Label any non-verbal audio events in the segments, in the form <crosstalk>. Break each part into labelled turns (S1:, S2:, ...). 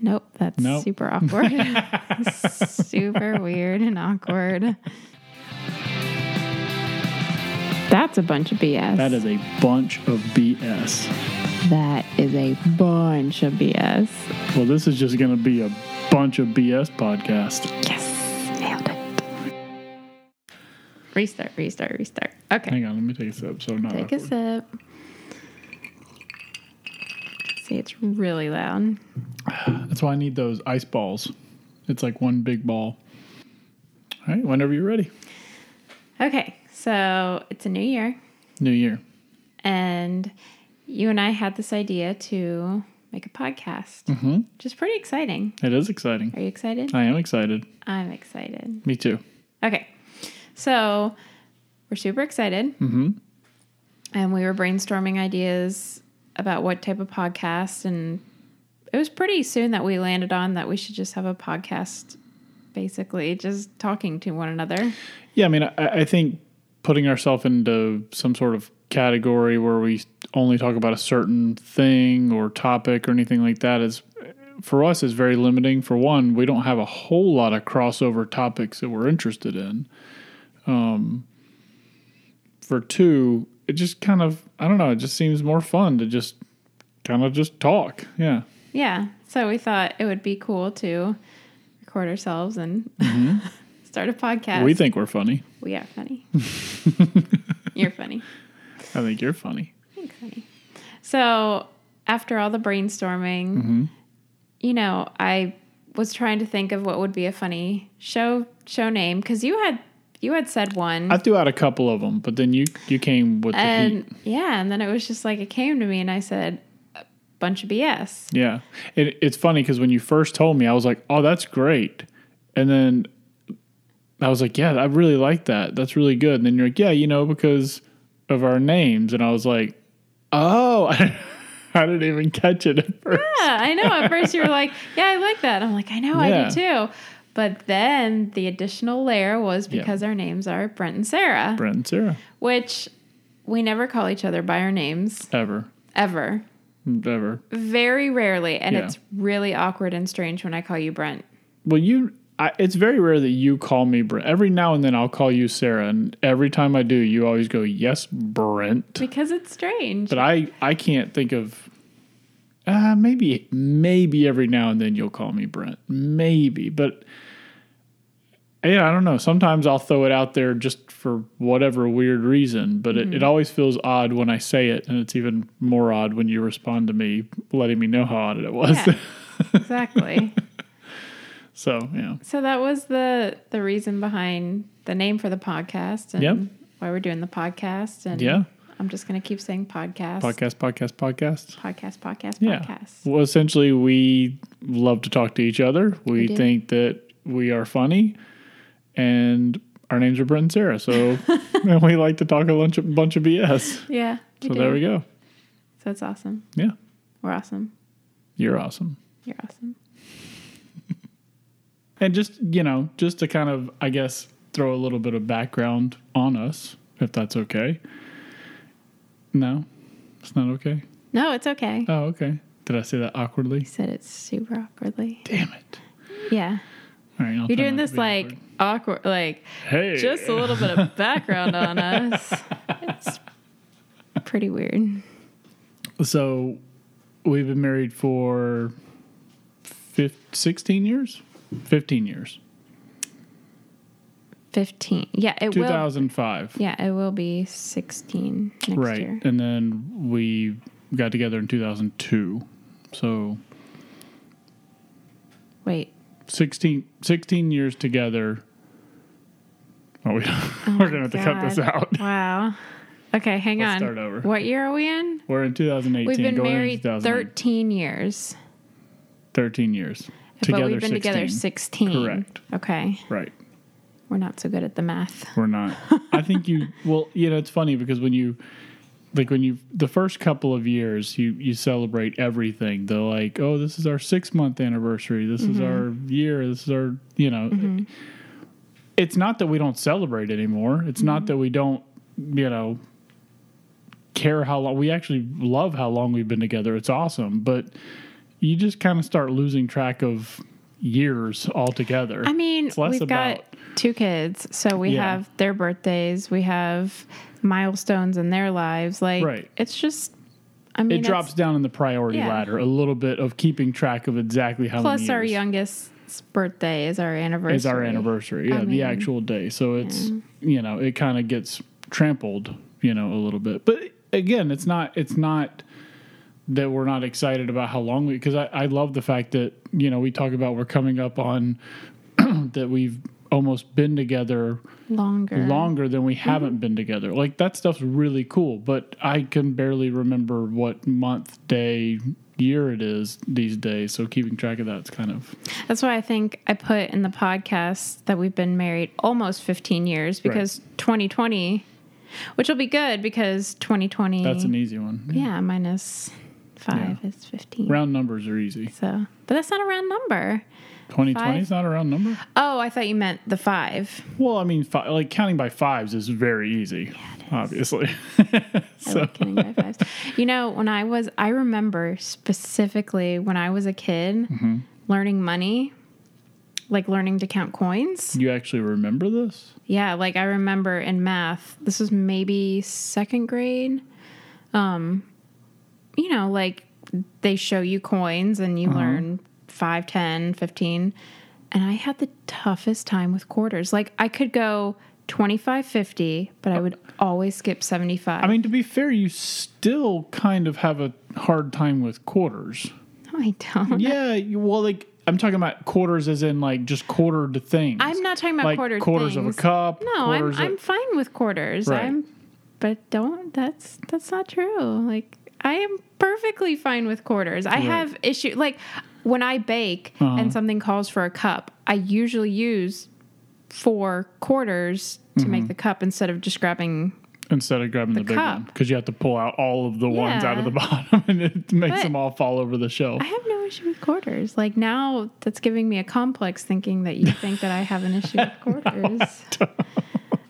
S1: Nope, that's
S2: Nope. <laughs>
S1: super awkward. <laughs> super weird and awkward. That's a bunch of BS.
S2: That is a bunch of BS.
S1: That is a bunch of BS.
S2: Well, this is just going to be a bunch of BS podcast.
S1: Yes, nailed it. Restart, restart, restart. Okay,
S2: Hang on, let me take a sip. So not
S1: take a
S2: awkward.
S1: sip. See, it's really loud.
S2: That's why I need those ice balls. It's like one big ball. All right, whenever you're ready.
S1: Okay, so it's a new year.
S2: New year.
S1: and you and I had this idea to make a podcast, which is pretty exciting.
S2: It is exciting.
S1: Are you excited?
S2: I am excited.
S1: I'm excited.
S2: Me too.
S1: Okay, so we're super excited, mm-hmm. and we were brainstorming ideas about what type of podcast, and it was pretty soon that we landed on that we should just have a podcast, basically just talking to one another.
S2: Yeah, I mean, I, I think putting ourselves into some sort of category where we only talk about a certain thing or topic or anything like that is for us is very limiting. For one, we don't have a whole lot of crossover topics that we're interested in. Um, for two, it just kind of I don't know. It just seems more fun to just kind of just talk. Yeah.
S1: Yeah. So we thought it would be cool to record ourselves and <laughs> start a podcast.
S2: We think we're funny.
S1: we are
S2: <laughs>
S1: funny. You're funny.
S2: I think you're funny.
S1: Thanks, honey. So after all the brainstorming,
S2: Mm-hmm.
S1: you know, I was trying to think of what would be a funny show show name because you had you had said one.
S2: I threw out a couple of them, but then you you came with the heat.
S1: and yeah, and then it was just like it came to me, and I said, "A bunch of BS."
S2: Yeah. It, it's funny because when you first told me, I was like, oh, that's great. And then I was like, yeah, I really like that. That's really good. And then you're like, yeah, you know, because of our names. And I was like, oh, <laughs> I didn't even catch it at <laughs> first.
S1: Yeah, I know. At first you were like, <laughs> yeah, I like that. I'm like, I know, I do too. But then the additional layer was
S2: Yeah.
S1: because our names are Brent and Sarah,
S2: Brent and Sarah,
S1: which we never call each other by our names
S2: ever,
S1: ever.
S2: ever.
S1: Very rarely. And
S2: Yeah.
S1: it's really awkward and strange when I call you Brent.
S2: Well, you, I, it's very rare that you call me Brent. Every now and then I'll call you Sarah. And every time I do, you always go, yes, Brent.
S1: Because it's strange.
S2: <laughs> But I, I can't think of. Uh, maybe, maybe every now and then you'll call me Brent. Maybe, but yeah, I don't know. Sometimes I'll throw it out there just for whatever weird reason. But it, it always feels odd when I say it, and it's even more odd when you respond to me, letting me know how odd it was.
S1: Yeah, exactly.
S2: <laughs> so yeah,
S1: so that was the the reason behind the name for the podcast and
S2: Yep.
S1: why we're doing the podcast. And
S2: Yeah.
S1: I'm just gonna keep saying podcast.
S2: podcast, podcast, podcast.
S1: Podcast, podcast,
S2: Yeah.
S1: podcast.
S2: Well, essentially, we love to talk to each other. We
S1: do.
S2: think that we are funny, and our names are Brent and
S1: <laughs>
S2: Sarah. So, <laughs> and we like to talk a bunch of, bunch of BS.
S1: Yeah. we
S2: So
S1: do.
S2: there we go.
S1: So it's awesome.
S2: Yeah,
S1: We're awesome.
S2: you're awesome.
S1: You're awesome.
S2: And just you know, just to kind of, I guess, throw a little bit of background on us, if that's okay. No, it's not okay.
S1: No, it's okay.
S2: Oh, okay. Did I say that awkwardly?
S1: You said it super awkwardly.
S2: Damn it!
S1: Yeah.
S2: All right, I'll
S1: You're
S2: try
S1: doing
S2: not to
S1: this
S2: be
S1: like
S2: awkward.
S1: awkward, like
S2: hey,
S1: just a little bit of background on us. It's pretty weird.
S2: So we've been married for fif- 16 years? 15 years.
S1: 15. Yeah, it will.
S2: 2005.
S1: Yeah, it will be 16 next
S2: right.
S1: year.
S2: And then we got together in 2002. So
S1: Wait.
S2: 16, 16 years together. Oh, we, <laughs> we're going to have to cut this
S1: God.
S2: out.
S1: Wow. Okay, hang
S2: Let's
S1: on.
S2: start over.
S1: What year are we in?
S2: We're in 2018.
S1: We've been
S2: going into
S1: married
S2: 2019.
S1: 13 years.
S2: 13 years. Together
S1: but we've been
S2: 16.
S1: together 16.
S2: Correct.
S1: Okay.
S2: Right.
S1: We're not so good at the math.
S2: We're not. I think
S1: <laughs>
S2: you. Well, you know, it's funny because when you, like, when you the first couple of years, you you celebrate everything. They're like, oh, this is our six month anniversary. This
S1: Mm-hmm.
S2: is our year. This is our, you know. It's not that we don't celebrate anymore. It's
S1: Mm-hmm.
S2: not that we don't, you know, care how long we actually love how long we've been together. It's awesome, but you just kind of start losing track of years altogether.
S1: I mean,
S2: It's less
S1: we've got two kids, so we
S2: Yeah.
S1: have their birthdays, we have milestones in their lives. Like,
S2: Right.
S1: it's just, I mean,
S2: it
S1: it's-
S2: drops down in the priority
S1: Yeah.
S2: ladder a little bit of keeping track of exactly how many
S1: Plus, our
S2: years
S1: youngest's birthday is our anniversary.
S2: is our anniversary. Yeah,
S1: mean-
S2: the actual day. So it's you know it kind of gets trampled you know a little bit. But again, it's not it's not that we're not excited about how long we because I, I love the fact that you know we talk about we're coming up on <clears throat> that we've almost been together
S1: Longer.
S2: longer than
S1: Mm-hmm.
S2: we haven't been together. Like that stuff's really cool, but I can barely remember what month, day, year it is these days. So keeping track of that's kind of
S1: That's why I think I put in the podcast that we've been married almost 15 years because 2020, which will be good because 2020.
S2: that's an easy one.
S1: yeah, minus five is 15.
S2: Round numbers are easy.
S1: so, but that's not a round number.
S2: 2020 is not a round number.
S1: Oh, I thought you meant the five.
S2: Well, I mean, fi- like counting by fives is very easy, obviously. <laughs>
S1: I love counting by fives. You know, when I was, I remember specifically when I was a kid
S2: Mm-hmm.
S1: learning money, like learning to count coins.
S2: you actually remember this?
S1: Yeah, like I remember in math, this was maybe second grade. Um, you know, like they show you coins and you
S2: Uh-huh.
S1: learn 5, 10, 15. And I had the toughest time with quarters. Like I could go 25, 50, but I would always skip 75.
S2: I mean, to be fair, you still kind of have a hard time with quarters.
S1: no, I don't.
S2: Yeah, you, well, like I'm talking about quarters as in like just quartered things.
S1: I'm not talking about
S2: like
S1: quartered
S2: quarters of
S1: things.
S2: a cup.
S1: No, I'm,
S2: quarters of-
S1: I'm fine with quarters.
S2: Right.
S1: I'm, but don't. That's that's not true. Like I am perfectly fine with quarters. I have issue like when I bake
S2: Uh-huh.
S1: and something calls for a cup. I usually use four quarters to
S2: Mm-hmm.
S1: make the cup instead of just grabbing.
S2: instead of grabbing the, big
S1: cup.
S2: one because you have to pull out all of the ones out of
S1: Yeah.
S2: the bottom <laughs> and it makes
S1: But-
S2: them all fall over the shelf.
S1: I have no issue with quarters. Like now, that's giving me a complex thinking that you think that I have an issue
S2: <laughs>
S1: with quarters.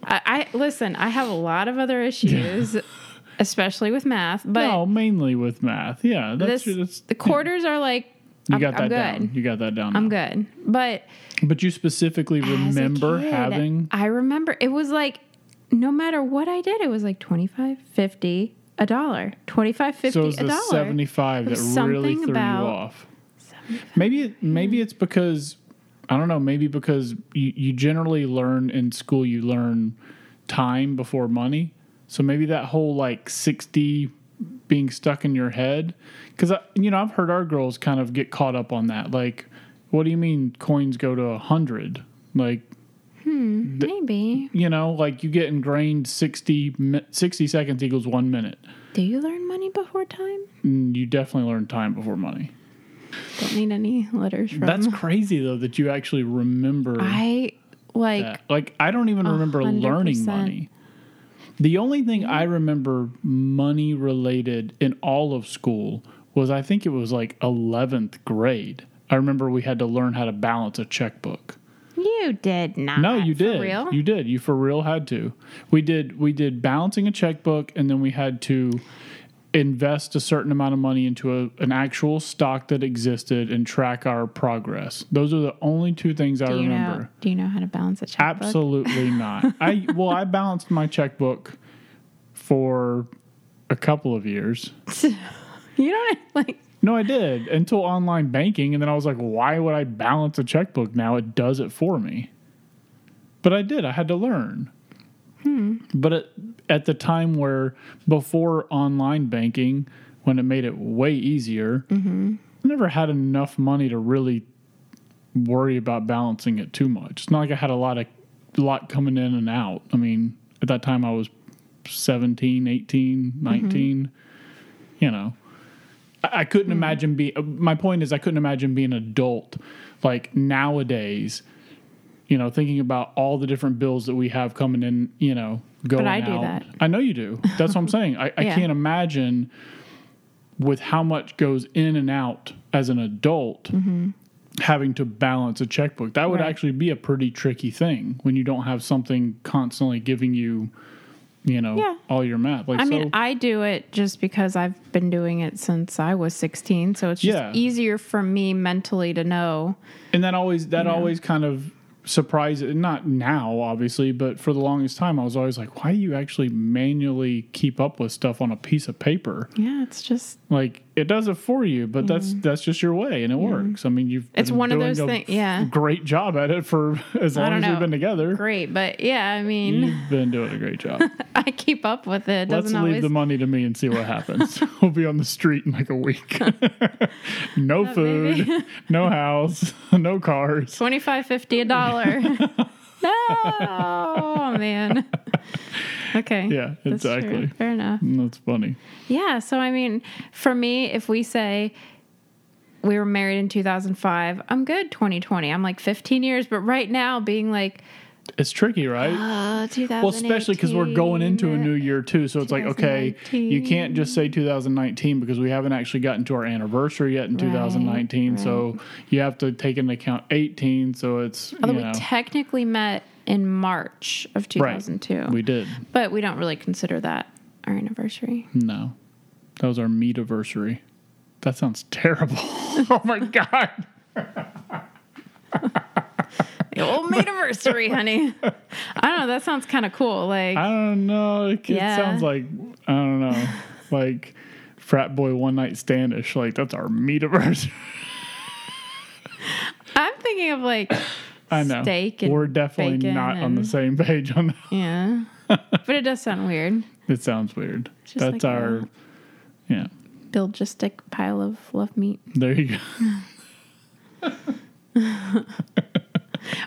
S1: I, I listen. I have a lot of other issues, especially with math. But
S2: no, mainly with math. Yeah, that's,
S1: this
S2: that's
S1: the quarters are like
S2: you
S1: I'm,
S2: got
S1: I'm
S2: that
S1: good.
S2: down. You got that down.
S1: I'm
S2: now.
S1: good. But
S2: But you specifically
S1: as a
S2: remember
S1: kid,
S2: having
S1: I remember it was like no matter what I did, it was like 25, 50, a dollar, 25, 50,
S2: so it was
S1: a
S2: the
S1: dollar.
S2: 75
S1: There's
S2: that really
S1: something
S2: threw
S1: about- Hmm.
S2: you off. Maybe it, maybe it's because I don't know. Maybe because you, you generally learn in school, you learn time before money. So maybe that whole like sixty being stuck in your head, because you know I've heard our girls kind of get caught up on that. Like, what do you mean coins go to a hundred? Like,
S1: Maybe.
S2: you know, like you get ingrained 60, mi- 60 seconds equals one minute.
S1: Do you learn money before time?
S2: And you definitely learn time before money.
S1: Don't need any letters from.
S2: That's crazy though that you actually remember
S1: I like
S2: that. Like I don't even remember learning
S1: 100%.
S2: money. The only thing I remember money related in all of school was I think it was like 11th grade. I remember we had to learn how to balance a checkbook.
S1: you did not.
S2: No, you
S1: For
S2: did.
S1: real?
S2: You did. You for real had to. We did. We did balancing a checkbook, and then we had to invest a certain amount of money into a, an actual stock that existed and track our progress. Those are the only two things I
S1: do you
S2: remember.
S1: know? Do you know how to balance a checkbook?
S2: Absolutely not. I well, I balanced my checkbook for a couple of years.
S1: You don't <laughs> like.
S2: No, I did until online banking, and then I was like, why would I balance a checkbook now? It does it for me. But I did. I had to learn. But at, at the time where before online banking, when it made it way easier, I never had enough money to really worry about balancing it too much. It's not like I had a lot of lot coming in and out. I mean, at that time I was 17, 18,
S1: Mm-hmm.
S2: 19, you know. I I couldn't
S1: Mm-hmm.
S2: imagine being. My point is, I couldn't imagine being an adult like nowadays. You know, thinking about all the different bills that we have coming in. You know, going
S1: I do
S2: out.
S1: that.
S2: I know you do. That's what I'm saying. I,
S1: <laughs>
S2: I
S1: Yeah.
S2: can't imagine with how much goes in and out as an adult. Having to balance a checkbook that would
S1: Mm-hmm. Right.
S2: actually be a pretty tricky thing when you don't have something constantly giving you you know,
S1: Yeah.
S2: all your math. Like,
S1: I
S2: so,
S1: mean, I do it just because I've been doing it since I was 16, so it's just
S2: Yeah.
S1: easier for me mentally to know.
S2: and that always that always kind of surprised not now obviously but for the longest time i was always like why do you actually manually keep up with stuff on a piece of paper
S1: Yeah, it's just
S2: like it does it for you but that's that's just your way and it works i mean you've
S1: Mm-hmm. It's
S2: been
S1: one of
S2: doing
S1: those
S2: a
S1: thing- yeah.
S2: great job at it for <laughs> as long
S1: don't
S2: as we've
S1: know.
S2: been together
S1: great, but yeah, I mean,
S2: you've been doing a great job
S1: <laughs> I keep up with it. It
S2: let's
S1: doesn't
S2: leave
S1: always
S2: the money to me and see what happens
S1: <laughs>
S2: we'll be on the street in like a week <laughs> no
S1: maybe.
S2: food no house <laughs> no cars
S1: 25 50 a
S2: <laughs>
S1: dollar. <laughs> no. Oh man. <laughs> Okay.
S2: Yeah,
S1: That's true.
S2: exactly.
S1: Fair enough.
S2: that's funny
S1: Yeah. So, I mean, for me, if we say we were married in 2005, I'm good 2020. I'm like 15 years. But right now, being like,
S2: it's tricky right
S1: oh, 2018.
S2: Well, especially because we're going into a new year too, so it's like okay, you
S1: 2019.
S2: can't just say 2019 because we haven't actually gotten to our anniversary yet in 2019. So you have to take into account 18. So it's
S1: Although
S2: you
S1: we
S2: know,
S1: technically met in March of 2002.
S2: we did
S1: but we don't really consider that our anniversary. <laughs>
S2: no, that was our meet anniversary. That sounds terrible. <laughs> oh my god,
S1: The old maid anniversary,
S2: <laughs>
S1: honey. I don't know. That sounds kind of cool. Like,
S2: I don't know. It, it
S1: Yeah.
S2: sounds like I
S1: <laughs>
S2: don't know, like frat boy one night standish. Like that's our meet anniversary.
S1: I'm thinking of like,
S2: <laughs> I know.
S1: Steak and
S2: We're definitely
S1: bacon
S2: not on the
S1: and-
S2: same page on that. <laughs>
S1: yeah. But it does sound weird.
S2: It sounds weird.
S1: Just
S2: That's
S1: like
S2: our,
S1: that.
S2: yeah.
S1: Build just a pile of love meat.
S2: There you go.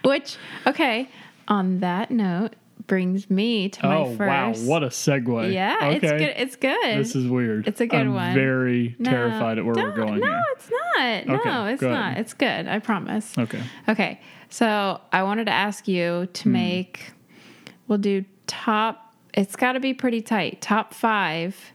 S1: Which, okay, on that note, brings me to <laughs> my
S2: oh wow,
S1: first.
S2: what a segue.
S1: yeah, it's good. It's good.
S2: This is weird.
S1: It's a good
S2: I'm
S1: one.
S2: Very
S1: No,
S2: terrified at where we're
S1: don't-
S2: going
S1: No,
S2: here.
S1: it's not.
S2: Okay,
S1: no, it's
S2: go
S1: not.
S2: ahead.
S1: It's good. I promise.
S2: Okay.
S1: Okay. So I wanted to ask you
S2: Hmm.
S1: to make, we'll do top, it's got to be pretty tight, top five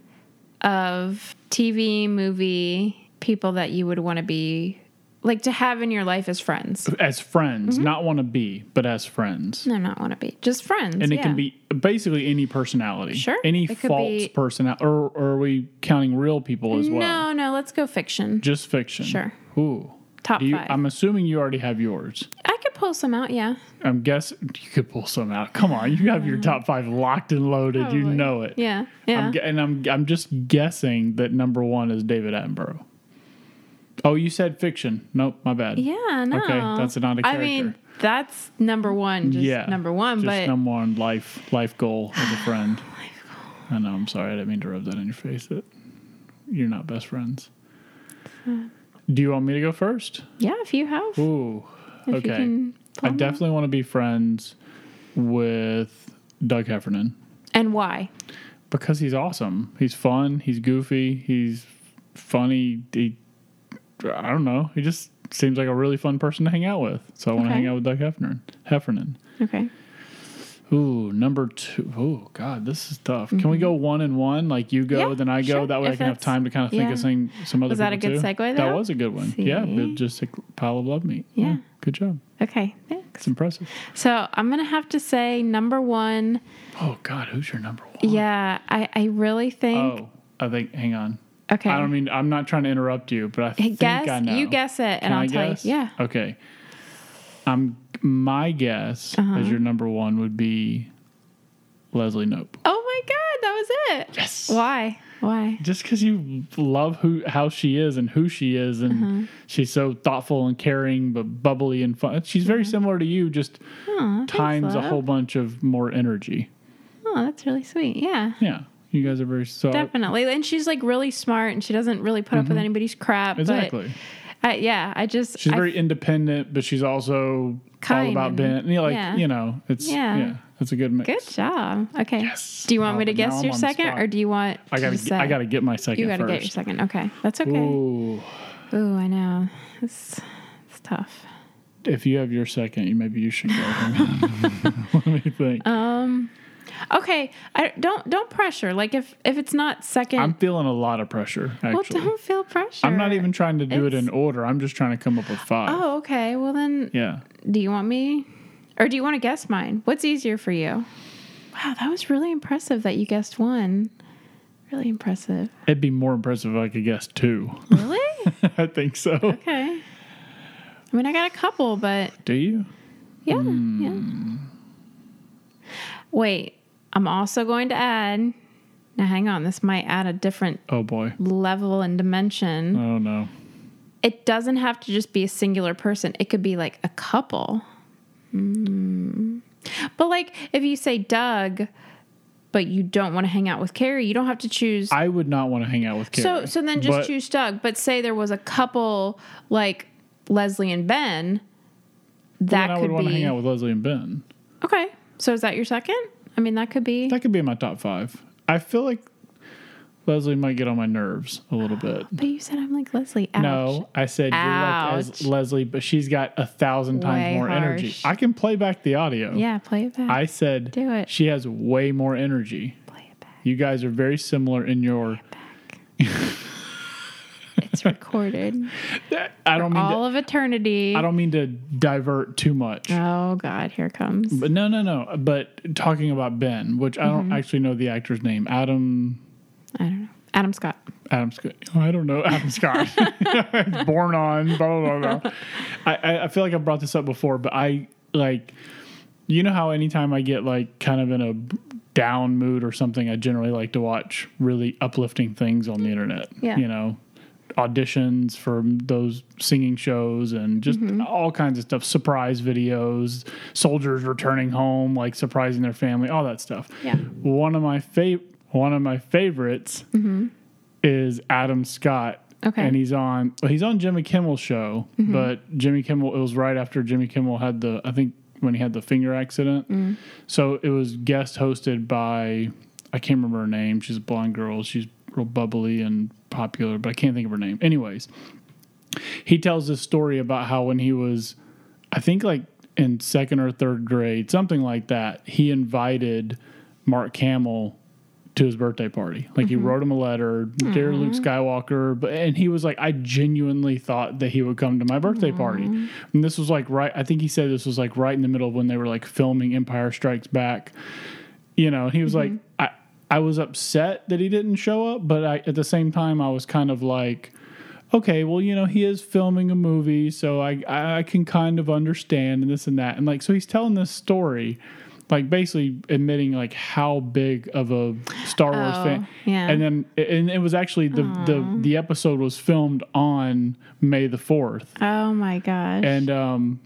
S1: of TV, movie, people that you would want to be, like to have in your life as friends.
S2: As friends,
S1: Mm-hmm.
S2: not want to be, but as friends.
S1: No, not want to be, just friends.
S2: And it
S1: yeah.
S2: can be basically any personality.
S1: Sure,
S2: Any
S1: it could
S2: false
S1: be-
S2: personality. Or, or are we counting real people as well?
S1: No, no, let's go fiction.
S2: Just fiction.
S1: Sure.
S2: Ooh.
S1: Top
S2: Do you,
S1: five.
S2: I'm assuming you already have yours.
S1: I could pull some out, yeah.
S2: I'm guessing <laughs> you could pull some out. Come on, you have your top five locked and loaded. You
S1: Uh, Probably.
S2: know it.
S1: Yeah, yeah.
S2: I'm, gu- and I'm I'm just guessing that number one is David Attenborough. Oh, you said fiction. Nope, my bad.
S1: yeah, no.
S2: Okay, that's not a
S1: I mean,
S2: character.
S1: that's number one, just number one,
S2: just
S1: but
S2: number one life life goal as a
S1: <sighs>
S2: friend. I know. I'm sorry. I didn't mean to rub that in your face. That you're not best friends. Do you want me to go first?
S1: yeah, if you have,
S2: Ooh.
S1: if
S2: okay.
S1: you can.
S2: I
S1: pull them out.
S2: definitely want to be friends with Doug Heffernan
S1: And why?
S2: because he's awesome. He's fun. He's goofy. He's funny. He, I don't know. He just seems like a really fun person to hang out with. So I want to
S1: Okay.
S2: hang out with Doug Heffernan. Heffernan.
S1: Okay.
S2: Ooh, number two. Ooh, God, this is tough. Can we go one and one? Like you go,
S1: Mm-hmm. Yeah,
S2: then I go.
S1: sure.
S2: That way I
S1: If
S2: can have
S1: that's-
S2: time to kind of think
S1: yeah.
S2: of some some other.
S1: Was that a
S2: people
S1: good
S2: too.
S1: segue,
S2: That
S1: though?
S2: was a good one. Yeah,
S1: See?
S2: but just a pile of love meat.
S1: Yeah.
S2: good job.
S1: Okay.
S2: It's
S1: Thanks.
S2: impressive.
S1: So I'm gonna have to say number one.
S2: Oh God, who's your number one?
S1: Yeah, I, I really think.
S2: Oh, I think. Hang on.
S1: okay.
S2: I don't mean. I'm not trying to interrupt you, but I
S1: Hey,
S2: think
S1: guess
S2: I know.
S1: you guess it, and
S2: Can
S1: I'll
S2: I
S1: tell
S2: guess?
S1: you. Yeah.
S2: Okay. I'm. My guess
S1: Uh-huh.
S2: as your number one would be Leslie Nope.
S1: Oh my God, that was it.
S2: Yes.
S1: Why? Why?
S2: Just because you love who how she is and who she is, and
S1: Uh-huh.
S2: she's so thoughtful and caring, but bubbly and fun. She's very similar to you, just
S1: Oh, thanks,
S2: times a
S1: love.
S2: whole bunch of more energy.
S1: Oh, that's really sweet. Yeah.
S2: Yeah, you guys are very so
S1: Definitely. And she's like really smart and she doesn't really put up with anybody's crap. but
S2: Mm-hmm. exactly.
S1: I, yeah, I just.
S2: She's
S1: I-
S2: very independent, but she's also all
S1: Kind
S2: about
S1: and-
S2: Ben. You know, like
S1: yeah.
S2: you know, it's yeah.
S1: Yeah.
S2: it's a good mix.
S1: Good job. Okay.
S2: Yes.
S1: Do you want
S2: Wow,
S1: me to
S2: but now
S1: guess
S2: I'm
S1: your
S2: on the
S1: second
S2: spot.
S1: or do you want
S2: I
S1: to
S2: gotta,
S1: just
S2: get, I
S1: say?
S2: gotta get my second.
S1: You got to
S2: first.
S1: get your second. Okay. That's okay. Ooh,
S2: Ooh,
S1: I know. It's, it's tough.
S2: if you have your second, you maybe you should go. Hang
S1: <laughs>
S2: on. <laughs> Let me think.
S1: Um, Okay, I don't don't pressure. Like if if it's not 2nd
S2: I'm feeling a lot of pressure.
S1: well,
S2: Actually,
S1: don't feel pressure.
S2: I'm not even trying to do it
S1: It's-
S2: in order. I'm just trying to come up with five.
S1: Oh, okay. Well then,
S2: Yeah.
S1: do you want me, or do you want to guess mine? What's easier for you? Wow, that was really impressive that you guessed one. Really impressive.
S2: It'd be more impressive if I could guess two. <laughs>
S1: Really?
S2: I think so.
S1: <laughs> okay. I mean, I got a couple, but
S2: Do you?
S1: yeah, yeah. Wait, I'm also going to add. Now, hang on. This might add a different
S2: Oh boy.
S1: level and dimension.
S2: Oh no.
S1: It doesn't have to just be a singular person. It could be like a couple. Mm. But like if you say Doug, but you don't want to hang out with Carrie, you don't have to choose.
S2: I would not want to hang out with Carrie.
S1: so so then just
S2: but
S1: choose Doug. But say there was a couple like Leslie and Ben.
S2: then
S1: That
S2: I would
S1: could
S2: want to
S1: be
S2: hang out with Leslie and Ben.
S1: okay. So is that your second? I mean, that could be.
S2: That could be in my top five. I feel like Leslie might get on my nerves a little bit.
S1: but you said I'm like Leslie. Ouch.
S2: No, I said you're like
S1: Ouch.
S2: as Leslie, but she's got a thousand times
S1: Way
S2: more energy.
S1: harsh.
S2: I can play back the audio.
S1: Yeah, play it back.
S2: I said
S1: Do it.
S2: she has way more energy.
S1: play it back.
S2: You guys are very similar in your.
S1: It's
S2: <laughs>
S1: recorded.
S2: I don't mean
S1: All of
S2: to,
S1: eternity.
S2: I don't mean to divert too much.
S1: Oh God, here it comes.
S2: But no, no, no. But talking about Ben, which I
S1: Mm-hmm.
S2: don't actually know the actor's name, Adam.
S1: I don't know. Adam Scott.
S2: Adam Scott. I don't know Adam Scott. <laughs> Born on. Blah blah blah. blah. I- I, I feel like I brought this up before, but I like. You know how anytime I get like kind of in a down mood or something, I generally like to watch really uplifting things on the internet.
S1: Mm-hmm. Yeah.
S2: You know, auditions for those singing shows and just
S1: Mm-hmm.
S2: all kinds of stuff, surprise videos, soldiers returning home, like surprising their family, all that stuff.
S1: Yeah.
S2: One of my fav one of my favorites is Adam Scott.
S1: Okay.
S2: And he's on well, he's on Jimmy Kimmel's show, but Jimmy Kimmel it was right after Jimmy Kimmel had the I think when he had the finger accident. So it was guest hosted by I can't remember her name. She's a blonde girl. She's real bubbly and popular, but I can't think of her name. Anyways, he tells this story about how when he was I think like in second or third grade, something like that, he invited Mark Hamill to his birthday party. Like he wrote him a letter, dear Luke Skywalker, but and he was like, I genuinely thought that he would come to my birthday party. And this was like right I think he said this was like right in the middle of when they were like filming Empire Strikes Back. You know, and he was
S1: Mm-hmm.
S2: like, I I was upset that he didn't show up, but I at the same time I was kind of like okay, well, you know, he is filming a movie, so I I can kind of understand and this and that. And like so he's telling this story, like basically admitting like how big of a Star Wars
S1: Oh,
S2: fan.
S1: yeah.
S2: And then and it was actually the the the episode was filmed on May the 4th.
S1: Oh my gosh.
S2: And um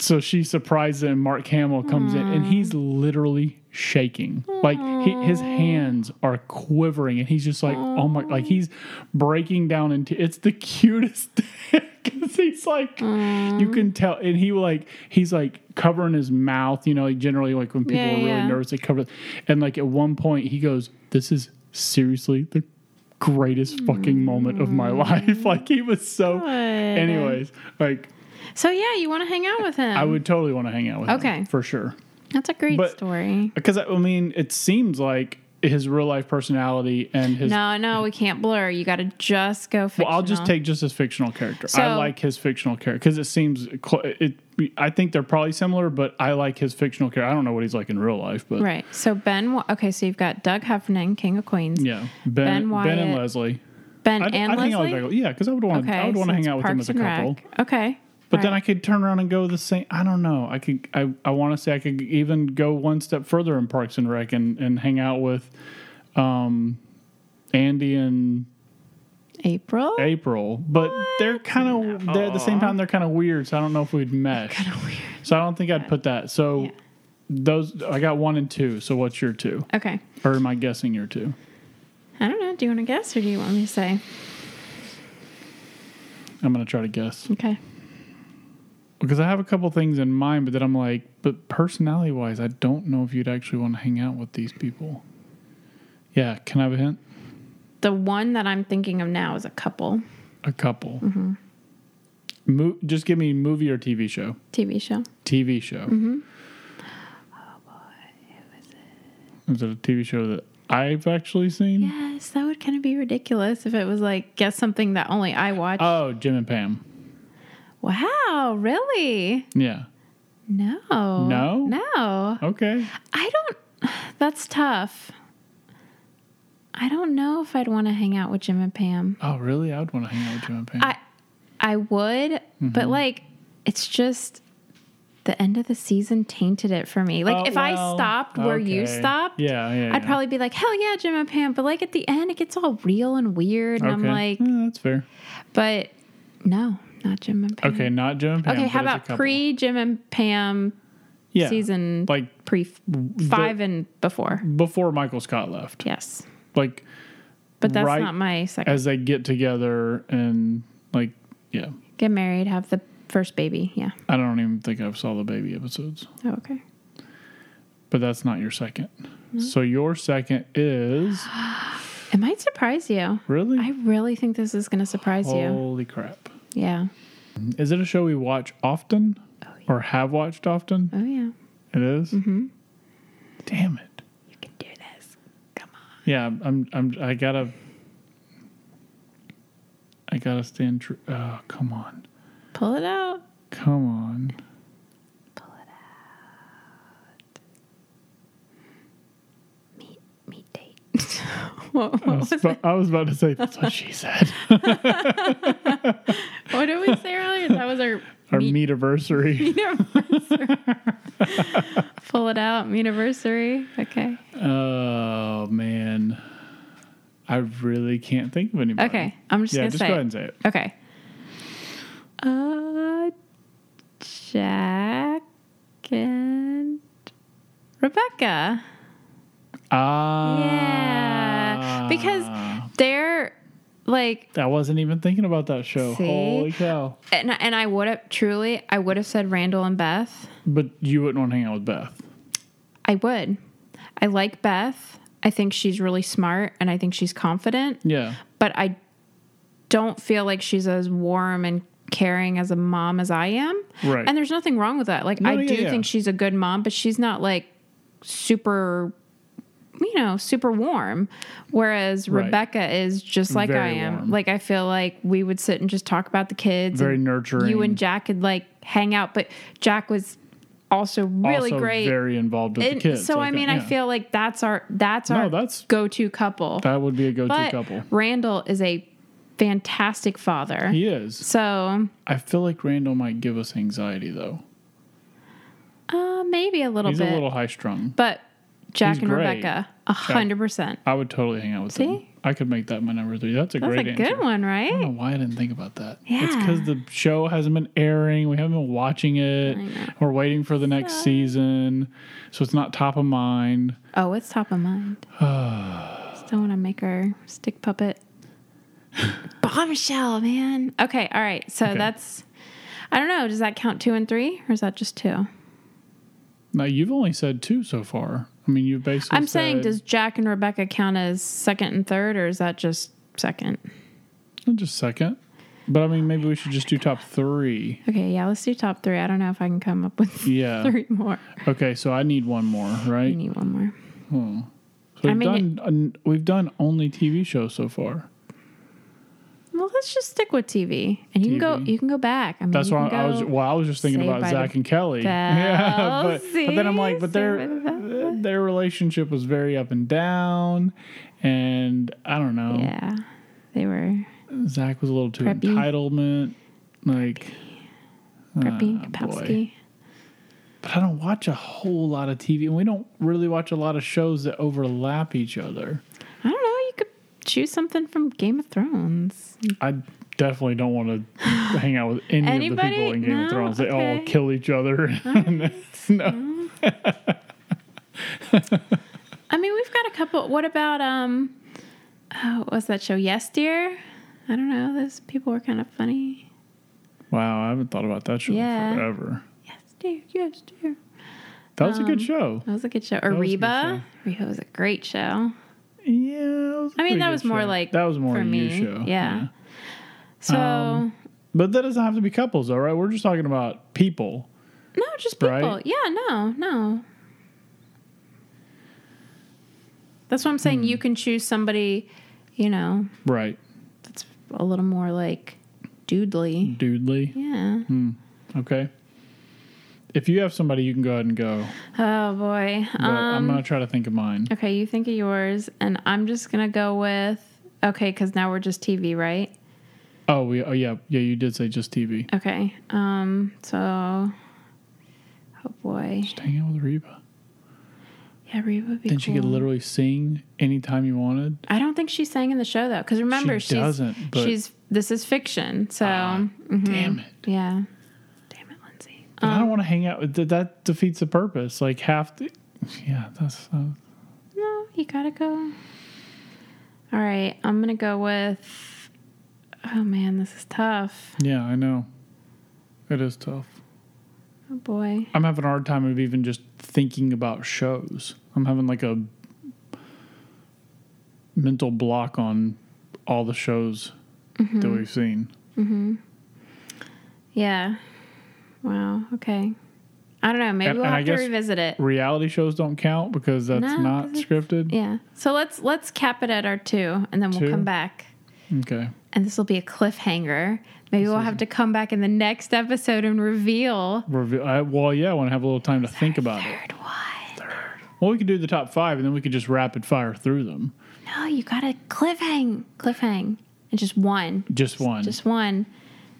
S2: so she surprised him. Mark Hamill comes in, and he's literally shaking. Like he, his hands are quivering, and he's just like, "Oh my!" Like he's breaking down into. It's the cutest <laughs> thing because he's like, you can tell, and he like he's like covering his mouth. You know, like generally like when people
S1: Yeah,
S2: are really
S1: yeah.
S2: nervous, they cover. And like at one point, he goes, "This is seriously the." greatest fucking moment of my <laughs> life like he was
S1: Mm.
S2: so
S1: Good.
S2: anyways like
S1: so yeah, you want to hang out with him.
S2: I would totally want to hang out with him.
S1: Mm-hmm. Okay.
S2: For sure.
S1: That's a great
S2: but-
S1: story.
S2: Because, I mean, it seems like his real life personality and his.
S1: No, no, we can't blur. You got to just go.
S2: Well,
S1: Fictional.
S2: I'll just take just his fictional character. I
S1: So-
S2: like his fictional character because it seems. cl- It, I think they're probably similar, but I like his fictional character. I don't know what he's like in real life, but.
S1: right. So Ben. wa- Okay, so you've got Doug Heffernan, King of Queens.
S2: Yeah. Ben,
S1: Ben
S2: ben, and
S1: Wyatt.
S2: Leslie.
S1: Ben
S2: I'd,
S1: and
S2: I'd hang out with
S1: Leslie.
S2: Becky- Yeah, because I would want.
S1: okay,
S2: I would want to
S1: so
S2: hang
S1: it's
S2: out with
S1: Parks
S2: him as a couple.
S1: and Rec. Okay.
S2: But then I could turn around and go the same. I don't know. I could. I, I want to say I could even go one step further in Parks and Rec and, and hang out with, um, Andy and
S1: I April.
S2: April. But they're kind of. They're at the same time. They're kind of weird. So I don't know if we'd mesh. So I don't think I'd put that. So
S1: Yeah.
S2: those. I got one and two. So what's your two?
S1: Okay.
S2: Or am I guessing your two?
S1: I don't know. Do you want to guess or do you want me to say?
S2: I'm gonna try to guess
S1: Okay.
S2: because I have a couple things in mind, but then I'm like, but personality wise, I don't know if you'd actually want to hang out with these people. Yeah, can I have a hint?
S1: The one that I'm thinking of now is a couple
S2: A couple.
S1: Mm-hmm.
S2: Mo- just give me movie or TV show.
S1: TV show.
S2: TV show.
S1: Mm-hmm.
S2: Oh boy, was it? Is it a TV show that I've actually seen?
S1: Yes, that would kind of be ridiculous if it was like guess something that only I watch.
S2: Oh, Jim and Pam.
S1: wow, really?
S2: Yeah.
S1: No.
S2: No?
S1: No.
S2: Okay.
S1: I don't That's tough. I don't know if I'd want to hang out with Jim and Pam.
S2: Oh, really? I would want to hang out with Jim and Pam.
S1: I I would,
S2: Mm-hmm.
S1: but like it's just the end of the season tainted it for me. Like
S2: Oh,
S1: if I
S2: well,
S1: stopped where you
S2: okay.
S1: stopped,
S2: Yeah, yeah.
S1: I'd
S2: yeah.
S1: probably be like, "Hell yeah, Jim and Pam." But like at the end it gets all real and weird and I'm
S2: Okay.
S1: like,
S2: Yeah, that's fair.
S1: but no, not Jim and Pam.
S2: Okay, not Jim and Pam.
S1: Mm-hmm. Okay, how
S2: but as a
S1: about
S2: couple.
S1: pre Jim and Pam
S2: Yeah,
S1: season
S2: Like
S1: pre 5 and before?
S2: before Michael Scott left.
S1: Yes.
S2: Like
S1: But that's
S2: Right
S1: not my second.
S2: as they get together and like yeah.
S1: Get married, have the first baby. Yeah.
S2: I don't even think I saw the baby episodes.
S1: Oh, okay.
S2: But that's not your 2nd
S1: Hmm?
S2: So your second
S1: <gasps>
S2: is
S1: It might surprise you.
S2: really
S1: I really think this is going to surprise you.
S2: holy crap.
S1: Yeah.
S2: Is it a show we watch often or have watched often?
S1: Oh, yeah.
S2: It Mm-hmm. Damn it.
S1: You can do this. Come on.
S2: Yeah, I'm. I'm. I gotta. I gotta stand true. Oh, come on,
S1: Pull it out.
S2: come on. Pull it out.
S1: Meet date. what,
S2: I
S1: what, <laughs>
S2: was, bu- I was about to say that's what she said.
S1: what did we say earlier? That was our, <laughs>
S2: Our
S1: meet-
S2: meet anniversary.
S1: meetiversary. Pull it out. Meetiversary. Okay.
S2: oh man, I really can't think of anybody.
S1: Okay. I'm just
S2: yeah,
S1: going to
S2: just
S1: say.
S2: go
S1: it.
S2: ahead and say it.
S1: Okay. Uh, Jack and Rebecca.
S2: Ah,
S1: Yeah, because- They're like,
S2: I Ah. wasn't even thinking about that show.
S1: See?
S2: Holy cow!
S1: and, and I would have truly, I would have said Randall and Beth.
S2: But you wouldn't want to hang out with Beth.
S1: I would. I like Beth. I think she's really smart and I think she's confident,
S2: Yeah,
S1: but I don't feel like she's as warm and caring as a mom as I am.
S2: right.
S1: And there's nothing wrong with that. Like
S2: No,
S1: I
S2: yeah,
S1: do
S2: yeah.
S1: think she's a good mom, but she's not like super you know, super warm. Whereas
S2: Right.
S1: Rebecca is just like
S2: Very
S1: I am.
S2: warm.
S1: Like I feel like we would sit and just talk about the kids.
S2: Very
S1: and
S2: nurturing.
S1: You and Jack could like hang out, but Jack was also really
S2: also
S1: great.
S2: Very involved with
S1: and
S2: the kids.
S1: so
S2: like
S1: I
S2: that,
S1: mean I
S2: yeah.
S1: feel like that's our that's
S2: No,
S1: our
S2: that's-
S1: go to couple.
S2: that would be a go-to
S1: but
S2: couple.
S1: Randall is a fantastic father.
S2: He is.
S1: So
S2: I feel like Randall might give us anxiety though.
S1: uh, maybe a little
S2: He's
S1: bit.
S2: a little high strung.
S1: But Jack
S2: He's
S1: and
S2: great.
S1: Rebecca, a hundred percent.
S2: I would totally hang out with
S1: See?
S2: him. I could make that my number three. That's a
S1: That's
S2: great
S1: a
S2: answer. Hmm.
S1: good one,
S2: I
S1: right?
S2: don't know why I didn't think about that. It's
S1: Yeah.
S2: because the show hasn't been airing. We haven't been watching it.
S1: know.
S2: We're waiting for the next season. So it's not top of mind.
S1: Oh, it's top of
S2: <sighs>
S1: mind. Just don't want to make our stick puppet <laughs> bombshell, man. Okay, all right. So
S2: Okay.
S1: that's. I don't know. Does that count two and three, or is that just two?
S2: Now, you've only said two so far. I mean, you've basically
S1: I'm saying,
S2: said-
S1: does Jack and Rebecca count as second and third, or is that just second?
S2: Not just second. But I mean, maybe we should just do top three.
S1: Okay, yeah. Let's do top three. I don't know if I can come up with <laughs>
S2: Yeah.
S1: three more.
S2: Okay, so I need one more, right?
S1: We need one more.
S2: So
S1: I
S2: we've
S1: mean,
S2: done uh, we've done only TV shows so far.
S1: Well, let's just stick with TV, and you can go.
S2: TV.
S1: You can go back. I mean,
S2: That's
S1: you
S2: why
S1: can
S2: I was
S1: go-
S2: well. I was just thinking
S1: Saved
S2: about
S1: by
S2: Zach
S1: the
S2: and Kelly. <laughs>
S1: Bell.
S2: but, but then I'm like,
S1: See?
S2: but
S1: Saved by the
S2: their their relationship was very up and down, and I don't know.
S1: Yeah, they were
S2: Zach was a little too
S1: Preppy.
S2: entitlement, like.
S1: preppy
S2: Ah, boy.
S1: Kapowski.
S2: But I don't watch a whole lot of TV, and we don't really watch a lot of shows that overlap each other.
S1: I don't know. You could choose something from Game of Thrones.
S2: I definitely don't want
S1: <gasps>
S2: to hang out with any of the people
S1: Anybody?
S2: in Game of
S1: No?
S2: Thrones. They all
S1: Okay.
S2: kill
S1: <laughs>
S2: each other. no.
S1: I mean, we've got a couple. What about um? Oh, what was that show? Yes, dear. I don't know. Those people were kind of funny.
S2: Wow, I haven't thought about that show in
S1: Yeah.
S2: forever.
S1: Yes, dear. Yes, dear.
S2: That was a
S1: Um,
S2: good show.
S1: That was a good show. Or
S2: was a good
S1: Reba. Reba was a great show.
S2: Yeah, that
S1: I
S2: was a
S1: mean,
S2: pretty
S1: that
S2: good
S1: was more
S2: show.
S1: like
S2: that was more
S1: for
S2: a you
S1: me.
S2: show. Um,
S1: Yeah. So
S2: but that doesn't have to be couples, though, right? We're just talking about people.
S1: no, just people.
S2: right?
S1: Yeah, no, no. That's what I'm
S2: Hmm.
S1: saying. You can choose somebody. You know,
S2: Right.
S1: that's a little more like doodly.
S2: Hmm. Dudley.
S1: Yeah.
S2: Okay. If you have somebody, you can go ahead and go.
S1: Oh boy.
S2: But I'm
S1: Um,
S2: gonna try to think of mine.
S1: Okay, you think of yours, and I'm just gonna go with okay, because now we're just TV, right?
S2: Oh, we. Oh, yeah, yeah. You did say just TV.
S1: Okay. Um. So, oh boy,
S2: Just hang out with Reba.
S1: yeah, Reba would be.
S2: Then she could
S1: cool.
S2: literally sing anytime you wanted.
S1: I don't think she sang in the show though, because remember
S2: She
S1: she's
S2: doesn't, but-
S1: she's this is fiction, so
S2: Ah,
S1: mhm.
S2: Damn it.
S1: yeah. Damn it, Lindsay.
S2: But I don't want to hang out. with- That, that defeats the purpose. Like half the. Yeah, that's. Uh,
S1: No, you gotta go. All right, I'm gonna go with. Oh man, this is tough.
S2: yeah, I know. It is tough.
S1: Oh boy.
S2: I'm having a hard time of even just thinking about shows. I'm having like a mental block on all the shows that
S1: Mm-hmm.
S2: we've seen.
S1: Yeah. Wow. Okay. I don't know. Maybe
S2: And-
S1: we'll
S2: and I
S1: have to
S2: guess-
S1: revisit it.
S2: Reality shows don't count because that's
S1: No,
S2: not
S1: 'cause it's-
S2: scripted.
S1: Yeah. So let's let's cap it at our two, and then we'll
S2: Two?
S1: come back.
S2: Okay.
S1: And this will be a cliffhanger. Maybe we'll have to come back in the next episode and reveal
S2: Reveal, I, well, yeah, I want to have a little time to think about it.
S1: third one.
S2: Well, we could do the top five and then we could just rapid fire through them.
S1: No, you gotta cliffhang, cliffhang, and just one,
S2: Just one.
S1: just one,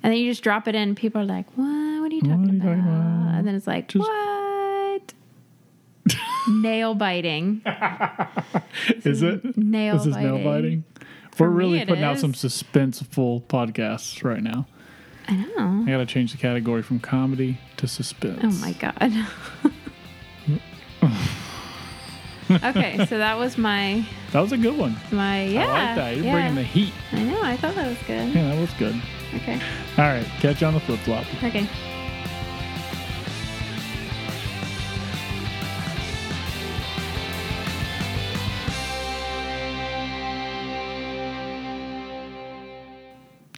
S1: and then you just drop it in. People are like, "What? What are you talking,
S2: What are
S1: about?
S2: you talking about?
S1: And then it's like,
S2: Just-
S1: "What?
S2: <laughs>
S1: nail biting?
S2: <laughs> is
S1: <laughs>
S2: it?
S1: Nail
S2: This is
S1: biting?
S2: nail biting.
S1: For
S2: We're
S1: me,
S2: really
S1: it
S2: putting out
S1: is.
S2: some suspenseful podcasts right now.
S1: I know.
S2: I got to change the category from comedy to suspense.
S1: Oh my
S2: <laughs>
S1: god. okay, so that was my
S2: That was a good one.
S1: my yeah.
S2: I like that. You're
S1: yeah.
S2: bringing the heat.
S1: I know. I thought that was
S2: <laughs>
S1: good.
S2: Yeah, that was good.
S1: Okay.
S2: All right, catch you on the flip flop.
S1: Okay.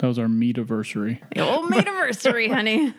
S2: That was our meat anniversary.
S1: The old anniversary, honey.